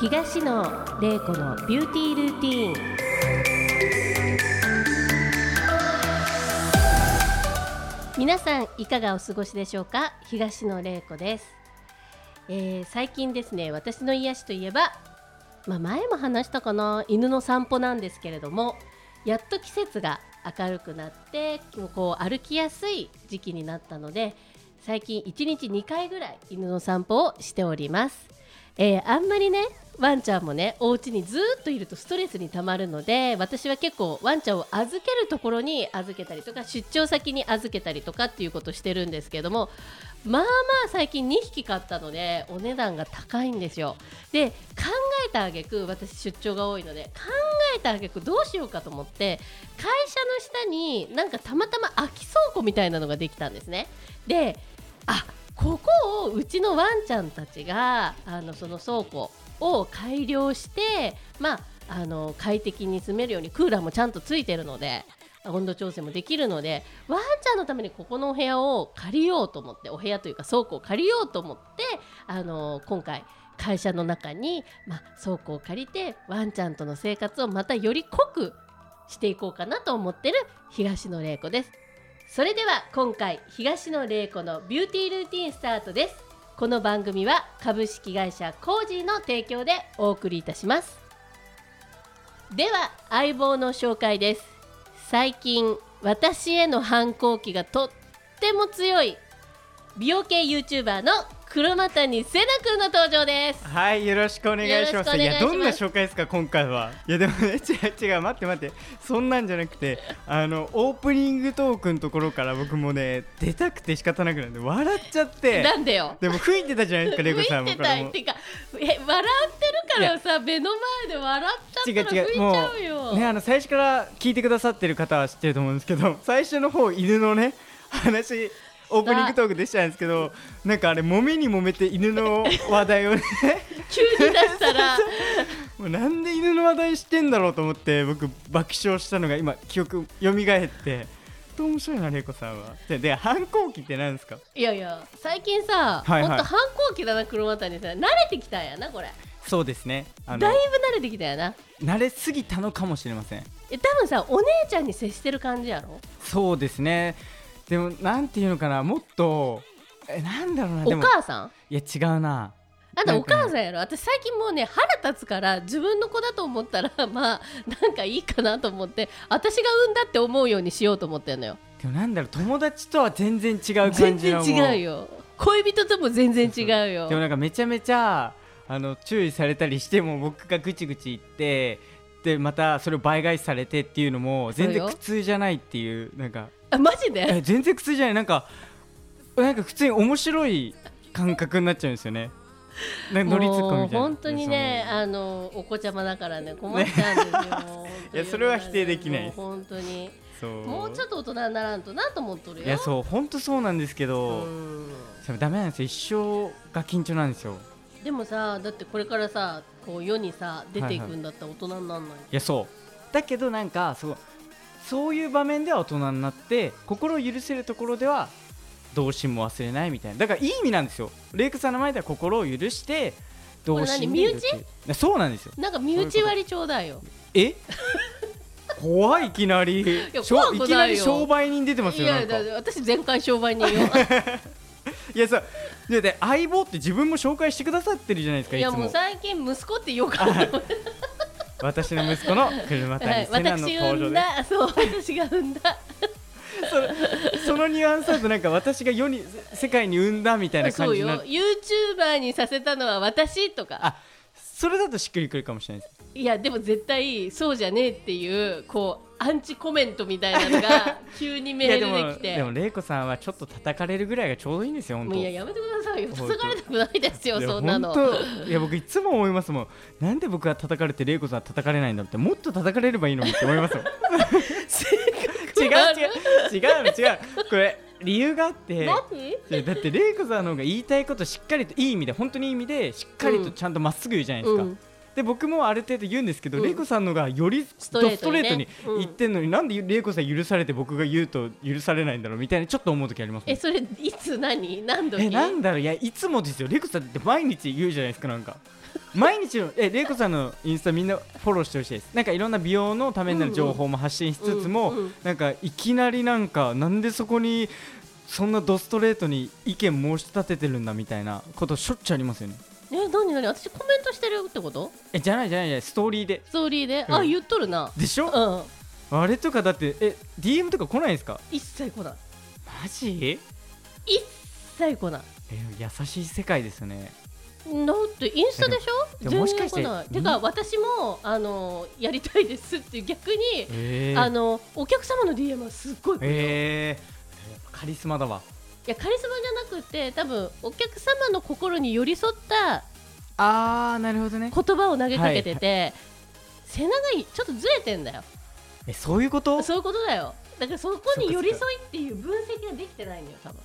東野玲子のビューティールーティーン皆さんいかがお過ごしでしょうか東野玲子です、えー最近ですね私の癒しといえばまあ前も話したかな犬の散歩なんですけれどもやっと季節が明るくなってこう歩きやすい時期になったので最近1日2回ぐらい犬の散歩をしております、えーあんまりねワンちゃんもねお家にずーっといるとストレスにたまるので私は結構ワンちゃんを預けるところに預けたりとか出張先に預けたりとかっていうことをしてるんですけどもまあまあ最近2匹買ったのでお値段が高いんですよで考えたあげく私出張が多いので考えたあげくどうしようかと思って会社の下になんかたまたま空き倉庫みたいなのができたんですねであここをうちのワンちゃんたちがあのその倉庫を改良して、まあ、あの快適に住めるようにクーラーもちゃんとついてるので温度調整もできるのでワンちゃんのためにここのお部屋を借りようと思ってお部屋というか倉庫を借りようと思ってあの今回会社の中に、まあ、倉庫を借りてワンちゃんとの生活をまたより濃くしていこうかなと思ってる東野玲子ですそれでは今回東野玲子のビューティールーティンスタートですこの番組は株式会社コージーの提供でお送りいたしますでは相棒の紹介です最近私への反抗期がとっても強い美容系 YouTuber の黒俣谷瀬奈くんの登場ですはい、よろしくお願いします。よろしくお願いいや、しますどんな紹介ですか、今回は。いや、でもね、違う違う、待って待って、 そんなんじゃなくて、あの、オープニングトークのところから僕もね、出たくて仕方なくなって、笑っちゃって、なんでよでも吹いてたじゃないですか、レイコさん吹いも。てたこれいもっていうかえ笑ってるからさ目の前で笑っ違うちゃったら吹い違う、ちもゃうよう、ね、あの、最初から聞いてくださってる方は知ってると思うんですけ ど、最初の方、犬のね、話、オープニングトークでしたんですけど、なんかあれ、揉めに揉めて犬の話題をね、急に出した らもうなんで犬の話題してんだろうと思って僕爆笑したのが今記憶蘇って本当面白いな玲子さんはでで反抗期って何ですかいやいや最近さ、はいはいほんと反抗期だな黒股にさ慣れてきたんやなこれそうですねあだいぶ慣れてきたんやな慣れすぎたのかもしれませんえ多分さお姉ちゃんに接してる感じやろそうですねでもなんていうのかなもっとえなんだろうなでおも母さんいや違うなあんなたんかねお母さんやろ私最近もうね腹立つから自分の子だと思ったら まあなんかいいかなと思って私が産んだって思うようにしようと思ってんのよでもなんだろう友達とは全然違う全感じ然の違うよよ恋人とも全然違うよでもなんかめちゃめちゃあの注意されたりしても僕がぐちぐち言ってでまたそれを倍返しされてっていうのも全そ然うよ苦痛じゃないっていうなんかあマジでえ全然苦痛じゃないなんかなんか普通に面白い感覚になっちゃうんですよねなんか乗りツッコミみたいなもう本当にねあのお子ちゃまだからね困っちゃうんですよ本当に いやそれは否定できないもう本当にそうもうちょっと大人にならんとなと思っとるよいやそう本当そうなんですけど、うんでもダメなんですよ一生が緊張なんですよでもさだってこれからさこう世にさ出ていくんだったら大人になんない、いやそうだけどなんかそうそういう場面では大人になって心を許せるところでは童心も忘れないみたいなだからいい意味なんですよレイクさんの前では心を許して童心これ何でいるっていうそうなんですよなんか身内割りちょうだいよ え怖いいきなりやしょ怖くないよいきなり商売人出てますいよなやんかだっいて私全回商売人 よやさいやで相棒って自分も紹介してくださってるじゃないですかいいやつもうも最近息子ってよか ったよ私の息子の車は谷い瀬奈の私が登産場んですだそう私が産んだそのそのニュアンスだとなんか私が世に世界に産んだみたいなそ感うじによなっ YouTuber にさせたのは私とかあそれだとしっくりくるかもしれないですいやでも絶対そうじゃねえっていうこうアンチコメントみたいなのが 急にメいやーでルでもきてでも玲子さんはちょっと叩かれるぐらいがちょうどいいんですよ本も当ういややめてくださいよ本当叩かれたくないですよいやそんなの本当いや僕いつも思いますもんなんで僕は叩かれて玲子さんは叩かれないんだろうってもっと叩かれればいいのにって思います もん違う違う違うの違うこれ理由があって何いやだって玲子さんの方が言いたいことしっかりといい意味で本当にいい意味でしっかりとちゃんとまっすぐ言うじゃないですか、うんで僕もある程度言うんですけど、うん玲子さんのがよりストトレレーートトにに,、ね言ってんのになんで玲子さん許されて僕が言うと許されないんだろうみたいなちょっと思う時ありますもえんそれいつ何何度えなんだろういやいつもですよ玲子さんって毎日言うじゃないですかなんか毎日のえ玲子さんのインスタみんなフォローしてほしいですなんかいろんな美容のためになる情報も発信しつつも、うんうんなんかいきなりなんかなんでそこにそんなドストレートに意見申し立ててるんだみたいなことしょっちゅうありますよねえ何何私コメントしてるってことえじゃないじゃないじゃないストーリーでストーリーで、うんあ言っとるなでしょ、うんあれとかだってえ DM とか来ないですか一切来ないマジ一切来ないえ優しい世界ですよねだってインスタでしでょもも全しか然し来てないみてか私もあのやりたいですっていう逆に、えあのお客様の DM はすっごい来るよ、えー、カリスマだわいやカリスマじゃなくて多分お客様の心に寄り添ったあーなるほどね言葉を投げかけてて、背長いちょっとずれてんだよえそういうことそういうことだよだからそこに寄り添いっていう分析ができてないのよ多分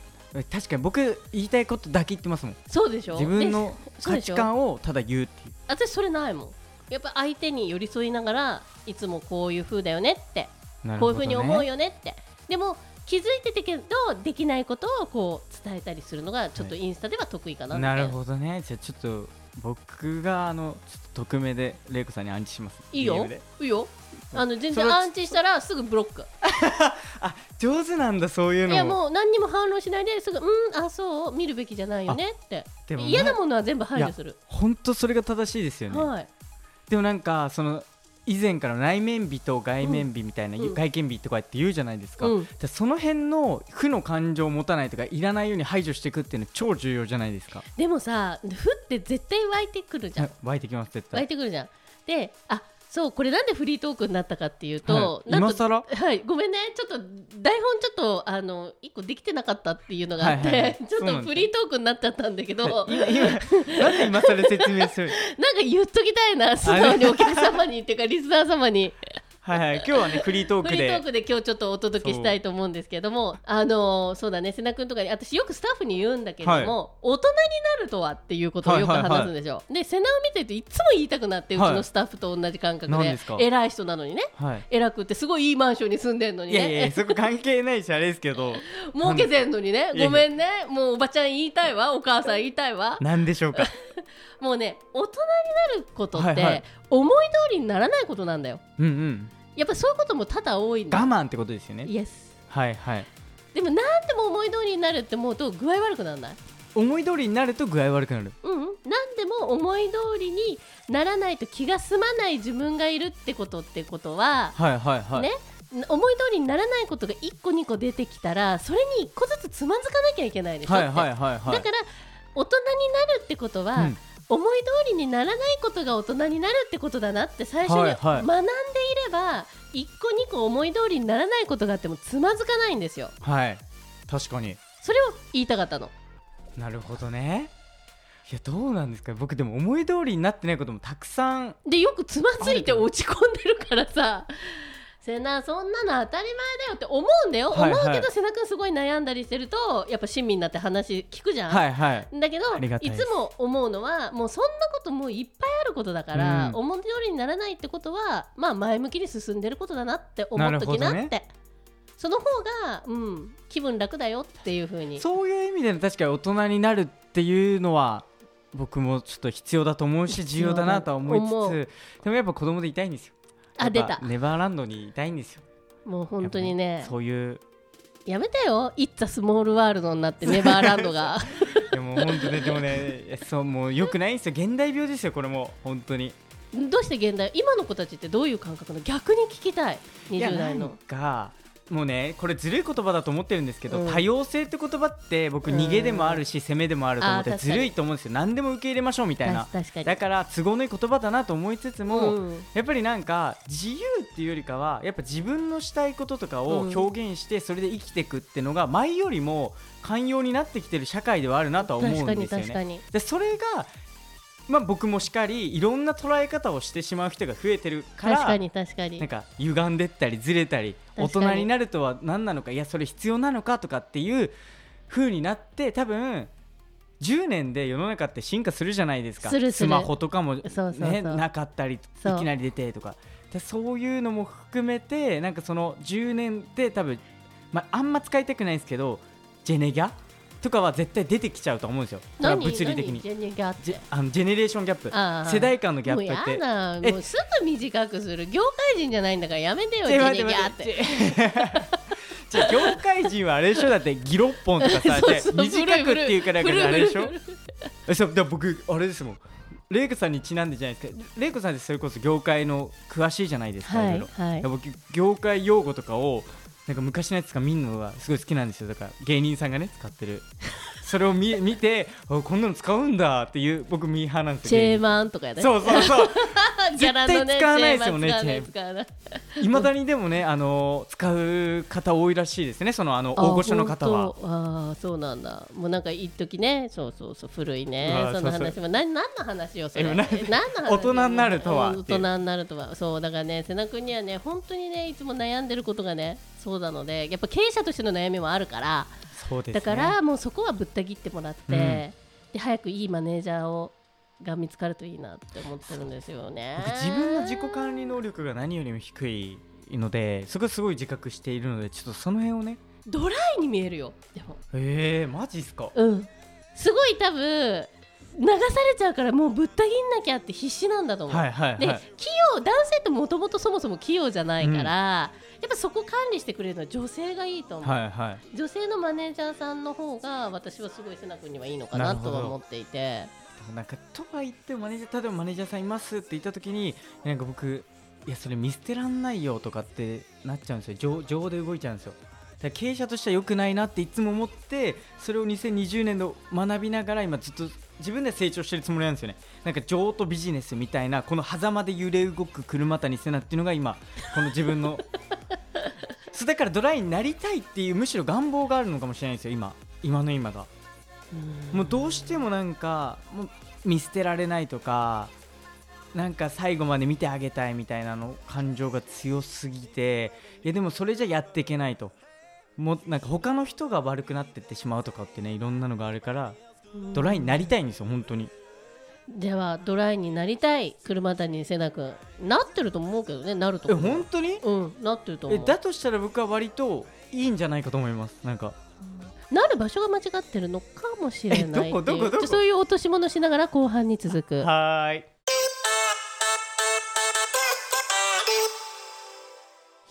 確かに僕言いたいことだけ言ってますもんそうでしょ自分のでそう価でし値ょ観をただ言うっていう私それないもんやっぱ相手に寄り添いながらいつもこういう風だよねってなるこういほうふどうねに思うよねってでも気づいてたけどできないことをこう伝えたりするのがちょっとインスタでは得意かなみたないるほどねじゃあちょっと僕があのちょっと匿名で玲子さんに暗示しますいいよ DM でいいよあの全そ然のアンチしたらすぐブロックあ上手なんだそういいうのやももう何にも反論しないですぐうんあそう見るべきじゃないよねってでも嫌なものは全部排除する本当それが正しいですよね、はいでもなんかその以前から内面美と外面美みたいな、うん外見美とかって言うじゃないですか、うんじゃあその辺の負の感情を持たないとかいらないように排除していくっていうのは超重要じゃないですかでもさふって絶対湧いてくるじゃんあ湧いてきます絶湧い対てくるじゃんであそうこれなんでフリートークになったかっていうはと、いなんと今更はい、ごめんね、ちょっと台本ちょっとあの一個できてなかったっていうのがあって、はいはいはい ちょそうっなとんですよフリートークになっちゃったんだけど、なんか今今 なんで今更説明する言っときたいな、素直にお客様にっていうかリスナー様に、はいはい今日はねフリートーフクリートーでクで今日ちょっとお届けしたいと思うんですけども、あのそうだね、瀬名君とかに私よくスタッフに言うんだけれども、大人になるとはっていうことをよくはいはいはい話すんでしょ。で、瀬名を見てるといつも言いたくなって、うちはのいスタッフと同じ感覚で、何ですか偉い人なのにね。はい偉くってすごいいいマンションに住んでんのにいねやいやいやそこ関係ないしあれですけど 儲けてんのにねいやいやごめんねもうおばちゃん言いたいわお母さん言いたいわなんでしょうかもうね大人になることって、はいはい思い通りにならないことなんだようんうんやっぱそういうことも多々多いん我だ慢ってことですよねイエスはいはいでも何でも思い通りになるって思うと具合悪くならない思い通りになると具合悪くなるうんうん何でも思い通りにならないと気が済まない自分がいるってことってことは、はいはいはいね思い通りにならないことが1個2個出てきたらそれに1個ずつつまずかなきゃいけないでしょっはて、いはいはいはいだから大人になるってことは、うん思い通りにならないことが大人になるってことだなって最初はにいはい学んでいれば一個二個思い通りにならないことがあってもつまずかないんですよはい確かにそれを言いたかったのなるほどねいやどうなんですか僕でも思い通りになってないこともたくさんでよくつまずいて落ち込んでるからさ瀬名そんなの当たり前だよって思うんだよ、はいはい思うけど瀬名君すごい悩んだりしてるとやっぱ親身になって話聞くじゃん、はいはいだけどありがたいいですつも思うのはもうそんなこともういっぱいあることだから、うん思い通りにならないってことは、まあ、前向きに進んでることだなって思っときなっなるてほどその方が、うん、気分楽だよっていう風にそういう意味での確かに大人になるっていうのは僕もちょっと必要だと思うし必重要要だだなとは思いつ思つでもやっぱ子供でいたいんですよあや出っぱたネバーランドにいたいんですよもう本当にねやっぱそういうやめてよ「イッツ・スモール・ワールド」になってネバーランドがでも本当ねでもねいやそうもう良くないんですよ現代病ですよこれも本当にどうして現代今の子たちってどういう感覚なの逆に聞きたいいや20代なんの。かもうねこれずるい言葉だと思ってるんですけど、うん多様性って言葉ってう僕ん逃げでもあるし、攻めでもあると思っあーて確かにずるいと思うんですよ何でも受け入れましょうみたいな確かにだから都合のいい言葉だなと思いつつも、うんやっぱりなんか自由っていうよりかはやっぱ自分のしたいこととかをうん表現してそれで生きていくってのが前よりも寛容になってきてる社会ではあるなとは思確うんかでにすよ確かね。にでそれがまあ、僕もしっかりいろんな捉え方をしてしまう人が増えてるから確かに確かになんか歪んでったりずれたり大確かに人になるとは何なのかいやそれ必要なのかとかっていう風になって多分10年で世の中って進化するじゃないですかするするスマホとかも、ね、そうそうそうなかったりいきそうなり出てとかでそういうのも含めてなんかその10年って多分、まああんま使いたくないんですけどジェネギャとかは絶対出てきちゃうと思うんですよそれは何物理的何にジェネギャってジェあのジェネレーションギャップああ世代間のギャッもプうやってだえもうすぐ短くする業界人じゃないんだからやめてよジちょェ待ネギてャっ待てじゃ業界人はあれでしょだってギロッポンとかさ そうそう短くっていうからだからあれでしょブルーブルーえそうでも僕あれですもんレイクさんにちなんでじゃないですかレイクさんってそれこそ業界の詳しいじゃないですか、はいろろはい僕業界用語とかをなんか昔のやつとか見るのがすごい好きなんですよだから芸人さんがね使ってるそれを見 見てあこんなの使うんだっていう僕ミーハーなんですジよェ芸ー人マンとかやねそうそうそうギャラのね絶対使わないですよねジェーマン使わないいまだにでもね、あの使う方多いらしいですねそのあの使わない大御所の方あは本当あーそうなんだもうなんか一時ねそうそうそう古いねうわーそのそう話もな何の話よそれ何えなのんで話大人になるとはうん大人になるとはそうだからね瀬名君にはね本当にねいつも悩んでることがねそうなのでやっぱ経営者としての悩みもあるからそうですねだからもうそこはぶった切ってもらって、うんで早くいいマネージャーをが見つかるといいなって思ってるんですよね僕。自分の自己管理能力が何よりも低いのでそこはすごい自覚しているのでちょっとその辺をねドライに見えるよでもえー、マジっすかうんすごい多分流されちゃうからもうぶった切んなきゃって必死なんだと思う。はいはいではい器用男性ってもともとそもそも器用じゃないから、やっぱそこ管理してくれるのは女性がいいと思う、はいはい女性のマネージャーさんの方が私はすごい瀬名君にはいいのかなとは思っていてなんかとは言ってもマネージャー例えばマネージャーさんいますって言った時になんか僕いやそれ見捨てらんないよとかってなっちゃうんですよ情情で動いちゃうんですよだから経営者としては良くないなっていつも思ってそれを2020年の学びながら今ずっと自分で成長してるつもりなんですよねなんか情とビジネスみたいなこの狭間で揺れ動く車谷せなっていうのが今この自分のそうだからドライになりたいっていうむしろ願望があるのかもしれないですよ今今の今がもうどうしてもなんかもう見捨てられないとかなんか最後まで見てあげたいみたいなの感情が強すぎていやでもそれじゃやっていけないともうなんか他の人が悪くなってってしまうとかってねいろんなのがあるからドライになりたいんですよ本当にではドライになりたい車谷瀬名君なってると思うけどねなるとえ思う本当にうんなってるとえ思うだとしたら僕は割といいんじゃないかと思いますなんかなる場所が間違ってるのかもしれないえどこっていうどこどこちょそういう落とし物しながら後半に続くはーい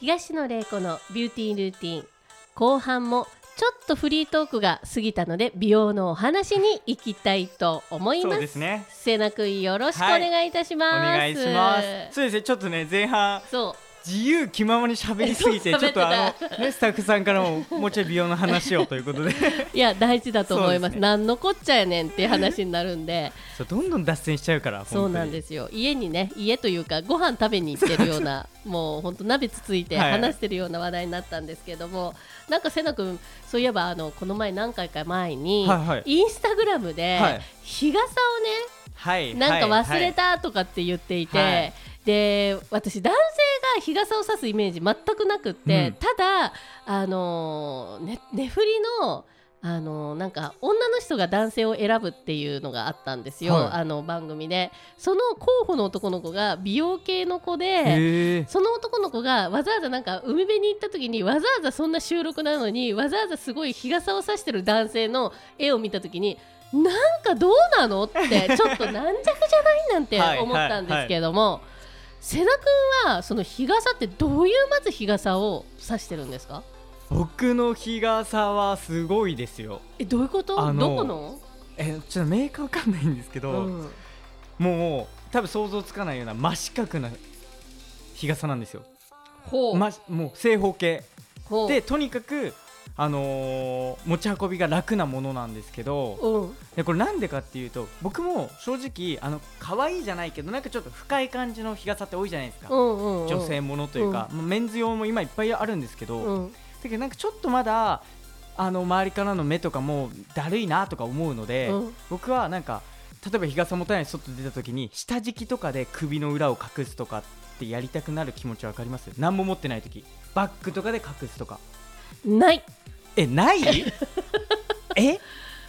東野玲子のビューティールーティン後半もちょっとフリートークが過ぎたので美容のお話に行きたいと思いそまうすですね瀬名君よろしくお願いいたしおます、願いしますそうですねちょっとね前半そう自由気ままに喋りすぎ てえそうちょっと喋あっての、ね、スタッフさんからももうちょい美容の話をとい うことでいや大事だと思いまそうですすねなんのこっちゃやねんっていう話になるんでそうどんどん脱線しちゃうからそうなんですよ家にね家というかご飯食べに行ってるよう なもう本当鍋つついてはい話してるような話題になったんですけども、なんかせな君そういえばあのこの前何回か前に、はいはいインスタグラムで、はい日傘をはねいなんか忘れはたとかって言っていて、はいで私男性が日傘を差すイメージ全くなくって、うんただあのね寝振りのあのなんか女の人が男性を選ぶっていうのがあったんですよ、はいあの番組でその候補の男の子が美容系の子いでへえその男の子がわざわざなんか海辺に行った時にわざわざそんな収録なのにわざわざすごい日傘を差してる男性の絵を見た時になんかどうなの ってちょっと軟弱じゃないなんて思ったんですけども瀬名君はその日傘ってどういうまず日傘を差してるんですか僕の日傘はすごいですよえどういうことあのどこの、えちょっとメーカーわかんないんですけど、うんもう多分想像つかないような真四角な日傘なんですよ、ほう、ま、もう正方形ほうでとにかくあのー持ち運びが楽なものなんですけどうんでこれなんでかっていうと僕も正直あの可愛いじゃないけどなんかちょっと深い感じの日傘って多いじゃないですうか、んうんうん、女性ものというか、まあメンズ用も今いっぱいあるんですけど、だうんけどなんかちょっとまだあの周りからの目とかもだるいなとか思うので、うん僕はなんか例えば日傘持たないで外出た時に下敷きとかで首の裏を隠すとかってやりたくなる気持ちわかります何も持ってない時バッグとかで隠すとかないえない え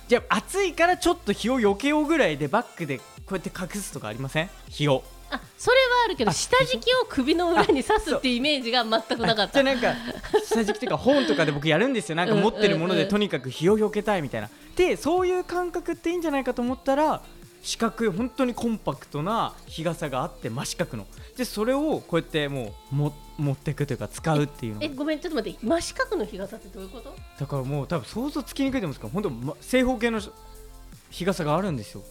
じゃあ暑いからちょっと日を避けようぐらいでバックでこうやって隠すとかありません日をあそれはあるけどあ下敷きを首の裏に刺すっていうイメージが全くなかっじゃたあなんか下敷きというか本とかで僕やるんですよなんか持ってるもうのんうんでうんとにかく日をよけたいみたいなでそういう感覚っていいんじゃないかと思ったら四角い本当にコンパクトな日傘があって真四角のでそれをこうやってもうも持ってくというか使うっていうのえごめんちょっと待って真四角の日傘ってどういうことだからもう多分想像つきにくいと思うんですけど本当、ま、正方形の日傘があるんですよ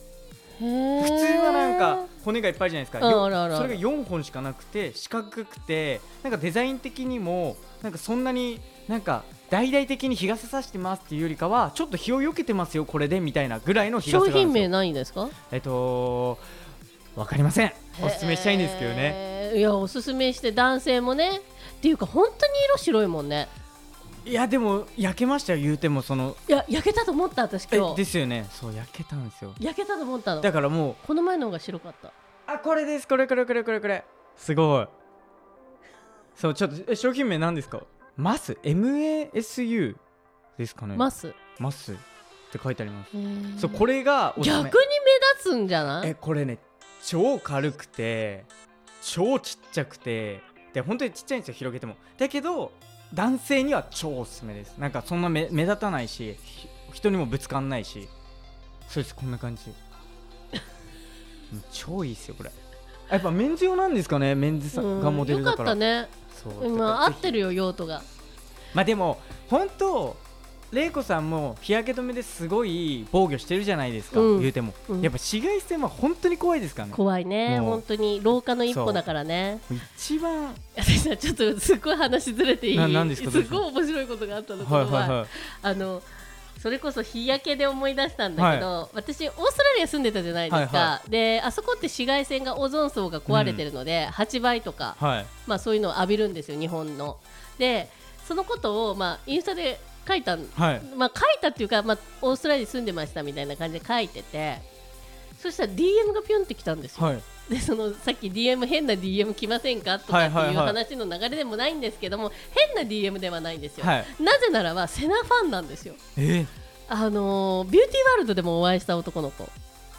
普通普通はなんか骨がいっぱいじゃないですか、うんよあるあるあるそれが4本しかなくて四角くてなんかデザイン的にもなんかそんなになんか大々的に日傘さしてますっていうよりかはちょっと日をよけてますよこれでみたいなぐらいの日傘商がある品んです名よないんですかえっとわかりませんおすすめしたいんですけどねねいやおすすめして男性もねっていうか本当に色白いもんねいやでも焼けましたよ言うてもそのいや焼けたと思った私え今で日すよねそう焼けたんですよ焼けたと思ったのだからもうこの前の方が白かったあこれですこれこれこれこれこれすごいそうちょっとえ商品名何ですかマス MASU ですかねマススマスって書いてありますそう逆これがおすにすめ目立つんじゃなえいこれね超軽くて超ちっちゃくてで本当にちっちゃいんですよ広げてもだけど男性には超おすすめですなんかそんな目目立たないしひ人にもぶつかんないしそうですこん な感じもう超いいですよこれあやっぱメンズ用なんですかねメンズさんがモデルだから、うんよかっそうたねだかまあら合ぜっひてるよ用途がまあでも本当玲子さんも日焼け止めですごい防御してるじゃないですか、うん言うても、うんやっぱ紫外線は本当に怖いですからね怖いねもう本当に廊下の一歩だからね一番私さちょっとすっごい話ずれていいななんですかすっごい面白いことがあったの、この前あのそれこそ日焼けで思い出したんだけど、私オーストラリア住んでたじゃないですか、はいであそこって紫外線がオゾン層が壊れてるので、8倍とか、はいはいまあ、そういうのを浴びるんですよ日本の。でそのことを、まあ、インスタで書いたんはいまあ、書いたっていうか、まあ、オーストラリアに住んでましたみたいな感じで書いててそしたら DM がピョンって来たんですよ、はいで そのさっき DM 変な DM 来ませんかとかってはいはいいうはい話の流れでもないんですけども、変な DM ではないんですよ、はいなぜならばセナファンなんですよえーあのービューティーワールドでもお会いした男の子、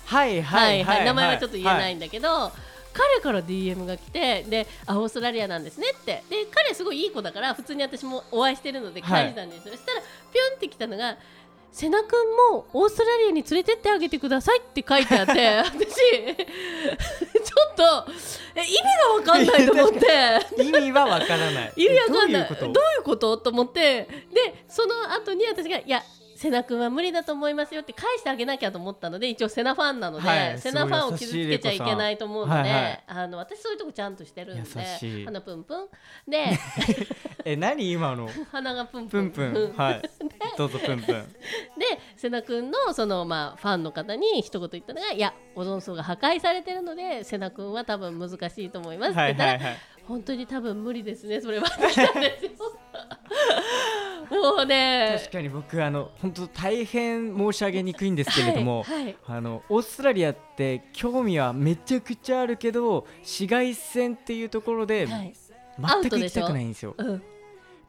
はいはいはい名前はちょっと言えないんんだけど、彼から DM が来てであオーストラリアなんですねってで彼すごいいい子だから普通に私もお会いしてるのではい返したんですよ、そしたらピョンって来たのが「瀬名君もオーストラリアに連れてってあげてください」って書いてあって私 ちょっとえ意味が分かんないと思って。意味はわからない意味わかんないえどどうういいううこことと思ってでその後に私が「いや瀬名君は無理だと思いますよ」って返してあげなきゃと思ったので一応瀬名ファンなので、はい瀬名ファンを傷つけちゃいけないと思うので、すごい優しい玲子あの私そういうとこちゃんとしてるんで優しい鼻プンプン でとえ何今の鼻がプンププンンプンはいどうぞプンプンで瀬名君のその、まあ、ファンの方に一言言ったのが「いやオゾン層が破壊されてるので瀬名君は多分難しいと思います」っては言いったらはいはい本当に多分無理ですねそれはできたんですよもうね確かに僕あの本当大変申し上げにくいんですけれどもはいはいあのオーストラリアって興味はめちゃくちゃあるけど紫外線っていうところではいアウ全トくで行きしょたくないんですようん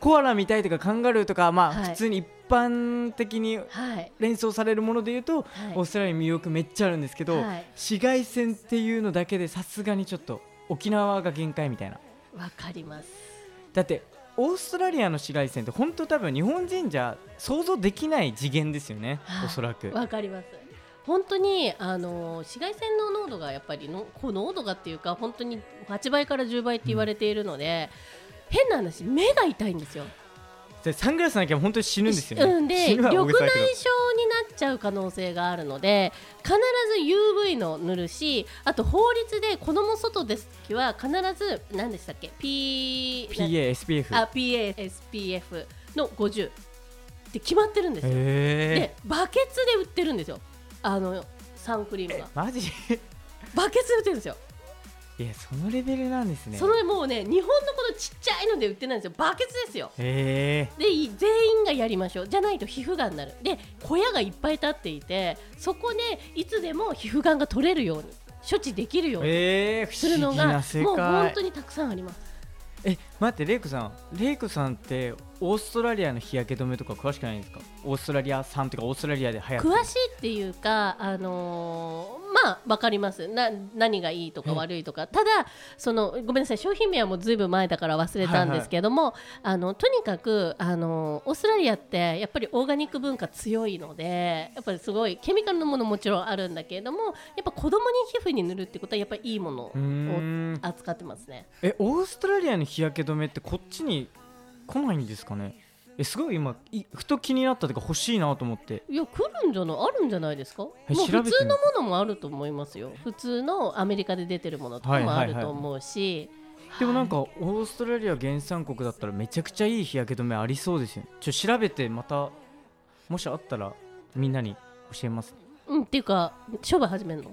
コアラ見たいとかカンガルーとかまあはい普通に一般的にはい連想されるもので言うはと、いオーストラリアの魅力めっちゃあるんですけど、はい紫外線っていうのだけでさすがにちょっと沖縄が限界みたいなわかりますだってオーストラリアの紫外線って本当多分日本人じゃ想像できない次元ですよね、はいおそらくわかります本当にあの紫外線の濃度がやっぱりのこう濃度がっていうか本当に8倍から10倍って言われているので、変な話目が痛いんですよでサングラスなきゃ本当に死ぬんですよね、うんで死緑ぬは内大障げにさだけどなっちゃう可能性があるので必ず UV の塗るしあと法律で子供外です時は必ず何でしたっけ P PASPF あ PASPF の50って決まってるんですよ、えでバケツで売ってるんですよあのサンクリームがー、マジバケツで売ってるんですよ、いやそのレベルなんですねそのもうね日本のこのちっちゃいので売ってないんですよバケツですよえー、でい全員がやりましょうじゃないと皮膚がんになるで小屋がいっぱい立っていてそこでいつでも皮膚がんが取れるように処置できるようにえすー、る不の思議がな世界もう本当にたくさんありますえ待ってレイクさんレイクさんってオーストラリアの日焼け止めとか詳しくないんですかオーストラリア産とかオーストラリアで流行ってる詳しいっていうかあのーままあわかりますな何がいいとか悪いとか、ただそのごめんなさい商品名はもうずいぶん前だから忘れたんですけども、あのとにかくあのオーストラリアってやっぱりオーガニック文化強いのでやっぱりすごいケミカルのものもちろんあるんだけれどもやっぱ子供に皮膚に塗るってことはやっぱりいいものをうーん扱ってますね。えオーストラリアの日焼け止めってこっちに来ないんですかねえすごい今いふと気になったというか欲しいなと思っていや来るんじゃないあるんじゃないですかもえう普通調べてみますのものもあると思いますよ普通のアメリカで出てるものとかもあると思うし、でもなんかオーストラリア原産国だったらめちゃくちゃいい日焼け止めありそうですよねちょ調べてまたもしあったらみんなに教えますうんっていうか商売始めるの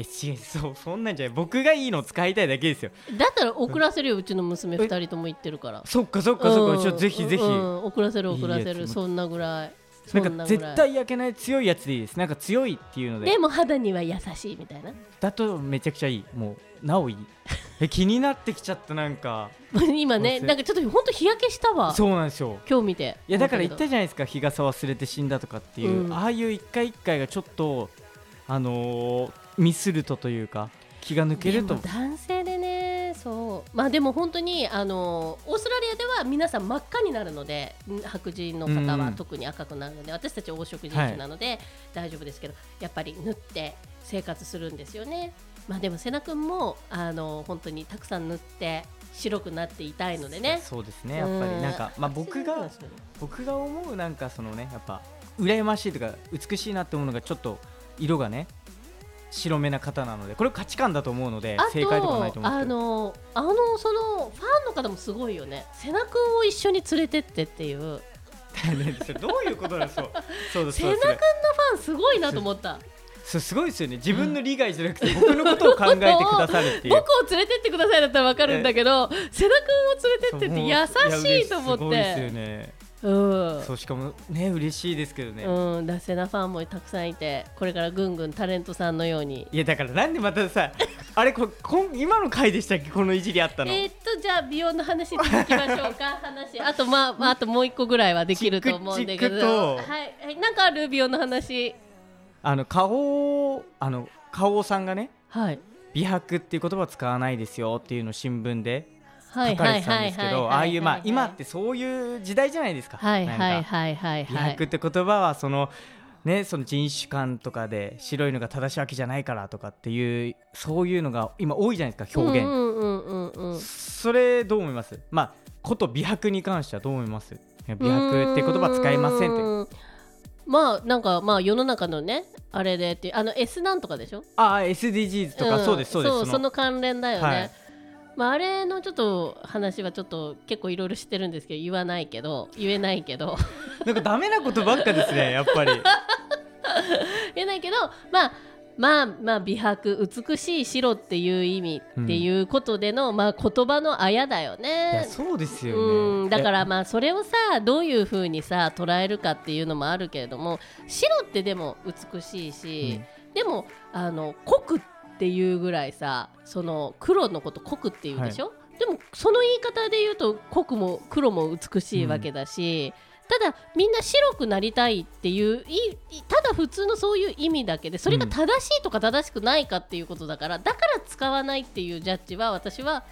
え違うそうそんなんじゃない僕がいいの使いたいだけですよだったら送らせるようちの娘2人とも言ってるからそっかそっかそっか、ちょぜひぜひ、うん送らせるいいやつ送らせるそんなぐらいそなんかぐらい絶対焼けない強いやつでいいですなんか強いっていうのででも肌には優しいみたいな だとめちゃくちゃいいもうなおいいえ気になってきちゃったなんか今ね温泉なんかちょっと本当日焼けしたわそうなんですよ今日見ていやだから言思っけたじゃないですか日傘忘れて死んだとかっていう、うんああいう一回一回がちょっとあのーミスるとというか気が抜けるどとでも男性でねそうまあでも本当にあのオーストラリアでは皆さん真っ赤になるのでん白人の方うんうはん特に赤くなるので、私たちは黄色人種なので、大丈夫ですけどやっぱり塗って生活するんですよねまあでも瀬名君もあの本当にたくさん塗って白くなっていたいのでねそうですねやっぱりなんか、まあ、僕が僕が思うなんかそのねやっぱ羨ましいとか美しいなって思うのがちょっと色がね白めな方なのでこれ価値観だと思うのであ正解とかないとと思あうんです けどのあのそのファンの方もすごいよね瀬名君を一緒に連れてってっていうそれどういうことなんでし ょうそうです瀬そう名君のでフすァンすごいなと思ったそうすごいですよね自分の利害じゃなくて僕のことを考えてくださるっていう僕を連れてってくださいだったらわかるんだけど瀬名君を連れてそうってって優しいと思もっういや嬉しいすごていですよねうんそうしかもね嬉しいですけどね、うんだ瀬名ファンもたくさんいてこれからぐんぐんタレントさんのようにいやだからなんでまたさあれここん今の回でしたっけこのいじりあったの、えーっとじゃあ美容の話に行きましょう か話あとまあ、まあ、あともう一個ぐらいはできると思うんだけチどックとはい、はい、なんかある美容の話あの花王あの花王さんがねはい美白っていう言葉は使わないですよっていうのを新聞では書いかはれいてたんはでいすはけいどああいうまあ今っはてそういう時代じゃないですか,、いはいはいはい美はい白って言葉はそのねその人種間とかで白いのが正しいわけじゃないからとかっていうそういうのが今多いじゃないですか表現、うんうんうんうんうんそれどう思いますまあこと美白に関してはどう思いますいや美白って言葉使いませんってってまあなんかまあ世の中のねあれでっていうあの S なんとかでしょああ SDGs とか、んそうですそうですその関連だよね、はいまあ、あれのちょっと話はちょっと結構いろいろ知ってるんですけど言わないけど 言えないけどなんかダメなことばっかですねやっ ぱり言えないけどまあまあまあ美白美しい白っていう意味っていうことでの、まあ言葉のあやだよいやねそうですよねうんだかららまあそれをさどういうふうにさ捉えるかっていうのもあるけれども白ってでも美しいし、でもあの濃くっていうぐらいさその黒のこと濃くっていうでしょ、でもその言い方で言うと濃くも黒も美しいわけだし、ただみんな白くなりたいっていういいただ普通のそういう意味だけでそれが正しいとか正しくないかっていうことだから、だから使わないっていうジャッジは私は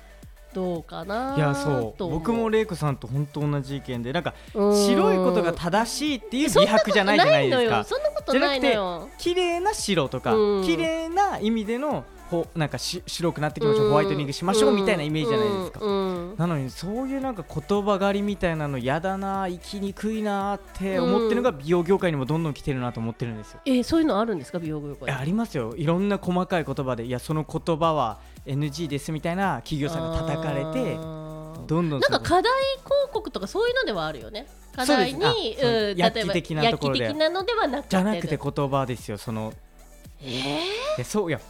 どうかないやそうと思僕も玲子さんと本当同じ意見でなんかうん白いことが正しいっていう美白じゃないじゃないですかそんなことないのよ。綺麗な白とかうん綺麗な意味でのほなんかし白くなってきましょうホワイトニングしましょうみたいなイメージじゃないですかうんうんなのにそういうなんか言葉狩りみたいなの嫌だな生きにくいなって思ってるのが美容業界にもどんどん来てるなと思ってるんですよ。えーそういうのあるんですか美容業いや界。ありますよいろんな細かい言葉でいやその言葉は NG ですみたいな企業さんが叩かれてなどんどんんか課題広告とかそういうのではあるよね。課題にそうですあうんそう例えば薬器的なところで薬器的なのではなくてじゃなくて言葉ですよそのえーいやそういや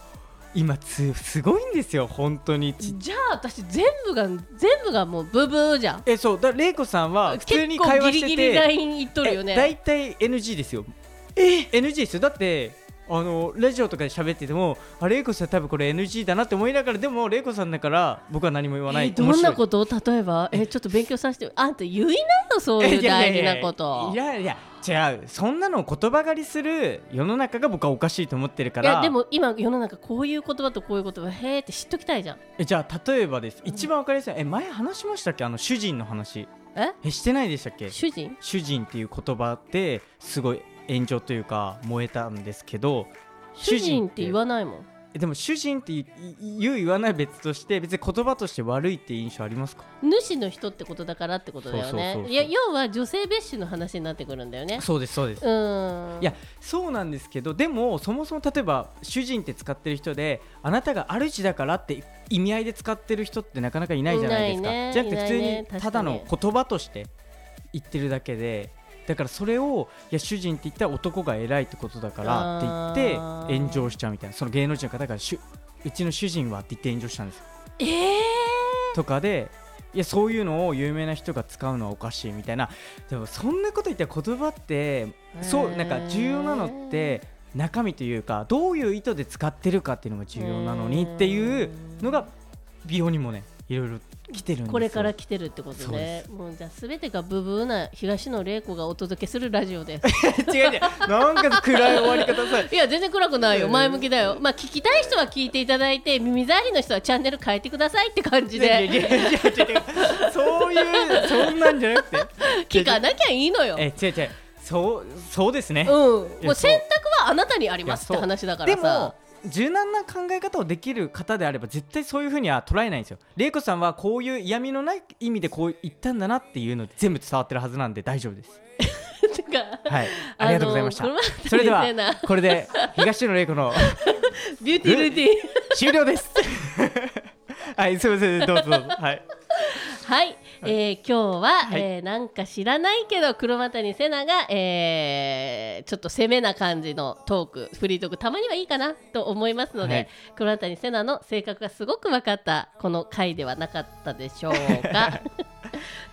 今つすごいんですよ本当にちじゃあ私全部が全部がもうブブーじゃん。えそうだ玲子さんは普通結に会構話ギしリててギリラインいっとるよえね。大体 NG ですよえ NG ですよだってあのラジオとかで喋っててもあれイコさん多分これ NG だなって思いながらでもレイコさんだから僕は何も言わないえーどんなとこと例えばえーちょっと勉強させてあんた言いなよそういう大事なこと。いやいやいや違うそんなのを言葉狩りする世の中が僕はおかしいと思ってるかいらやでも今世の中こういう言葉とこういう言葉へーって知っときたいじゃんえじゃあ例えばです一番わかりやすいのえ前話しましたっけあの主人の話ええしてないでしたっけ主人主人っていう言葉ってすごい炎上というか燃えたんですけど主人って言わないもんえでも主人っていい言う言わない別として別に言葉として悪いって印象ありますか主の人ってことだからってことだよねそうそうそうそういや要は女性蔑視の話になってくるんだよねそうですそうですうーんいやそうなんですけどでもそもそも例えば主人って使ってる人であなたが主だからって意味合いで使ってる人ってなかなかいないじゃないですかいないねじゃなくて普通いないねにただの言葉として言ってるだけでだからそれをいや主人って言ったら男が偉いってことだからって言あっーて炎上しちゃうみたいなその芸能人の方が主うちの主人はって言って炎上したんですええとかでいやそういうのを有名な人が使うのはおかしいみたいなでもそんなこと言ったら言葉ってそうなんか重要なのって中身というかどういう意図で使ってるかっていうのが重要なのにっていうのが美容にもねいろいろ来てるんですよこれから来てるってことそうねでもうじゃあ全てがブブーな東野玲子がお届けするラジオです違う違うなんか暗い終わり方さいや全然暗くないようん前向きだよまあ聞きたい人は聞いていただいて耳障りの人はチャンネル変えてくださいって感じいやいやでいやいやいやそういうそんなんじゃなくて聞かなきゃいいのよえ違う違うそうそうですねうんいもうやそう選択はあなたにありますって話だ からでもさ柔軟な考え方をできる方であれば絶対そういうふうには捉えないんですよ玲子さんはこういう嫌味のない意味でこう言ったんだなっていうの全部伝わってるはずなんで大丈夫 ですてかはいありがとうございましたあのこの後にそれではせ なこれで東野玲子のビューティールーティー終 了ですはいすいませんどうぞどうぞはいはい、えー今日は、はいえーなんか知らないけど黒股に瀬名が、えーちょっと攻めな感じのトークフリートークたまにはいいかなと思いますので、はい黒股に瀬名の性格がすごく分かったこの回ではなかったでしょう か。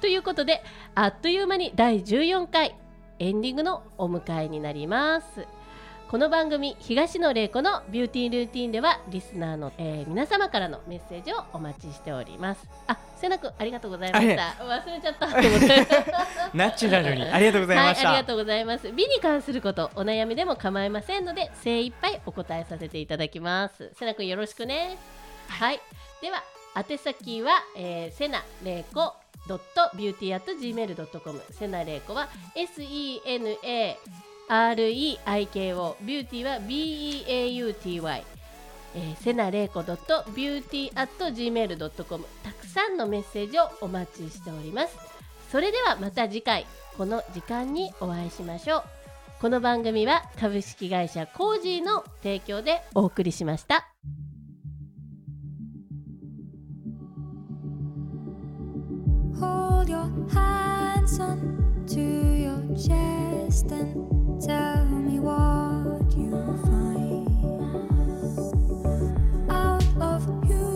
ということであっという間に第14回エンディングのお迎えになります。この番組東野玲子のビューティールーティンではリスナーの、えー皆様からのメッセージをお待ちしておりますあ、せなくんありがとうございました忘れちゃった と思ってナチュラルにありがとうございはまい、した、ありがとうございます美に関することお悩みでも構いませんので精一杯お答えさせていただきますせなくんよろしくねはい、では宛先は、えー、せなれいこ .beauty.gmail.com せなれいこは SENA REIKO ビューティーは BEAUTY えーせなれいこ .beauty.gmail.com たくさんのメッセージをお待ちしておりますそれではまた次回この時間にお会いしましょうこの番組は株式会社コージーの提供でお送りしました Hold your hands on to your chest and tell me what you find. Out of you,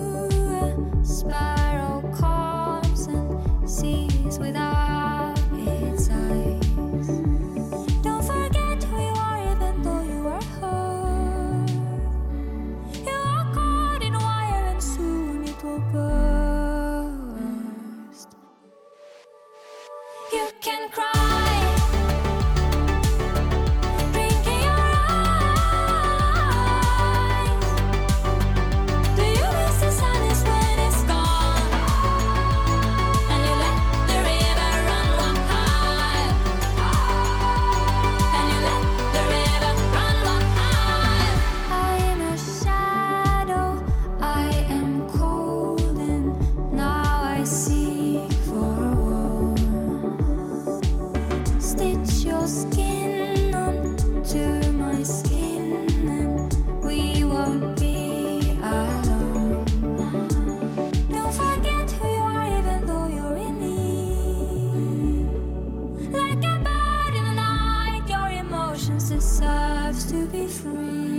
a sparrow comes and sees without its eyes. Don't forget who you are, even though you are hurt. You are caught in wire, and soon it will burst. You can cry, blinking your eyes. Do you miss the sadness when it's gone? And you let the river run one high, and you let the river run one high. I am a shadow, I am cold, and now I seek for a warmth. Stitch your skin onto my skin, and we won't be alone. Don't forget who you are, even though you're in need. Like a bird in the night, your emotions deserve to be free.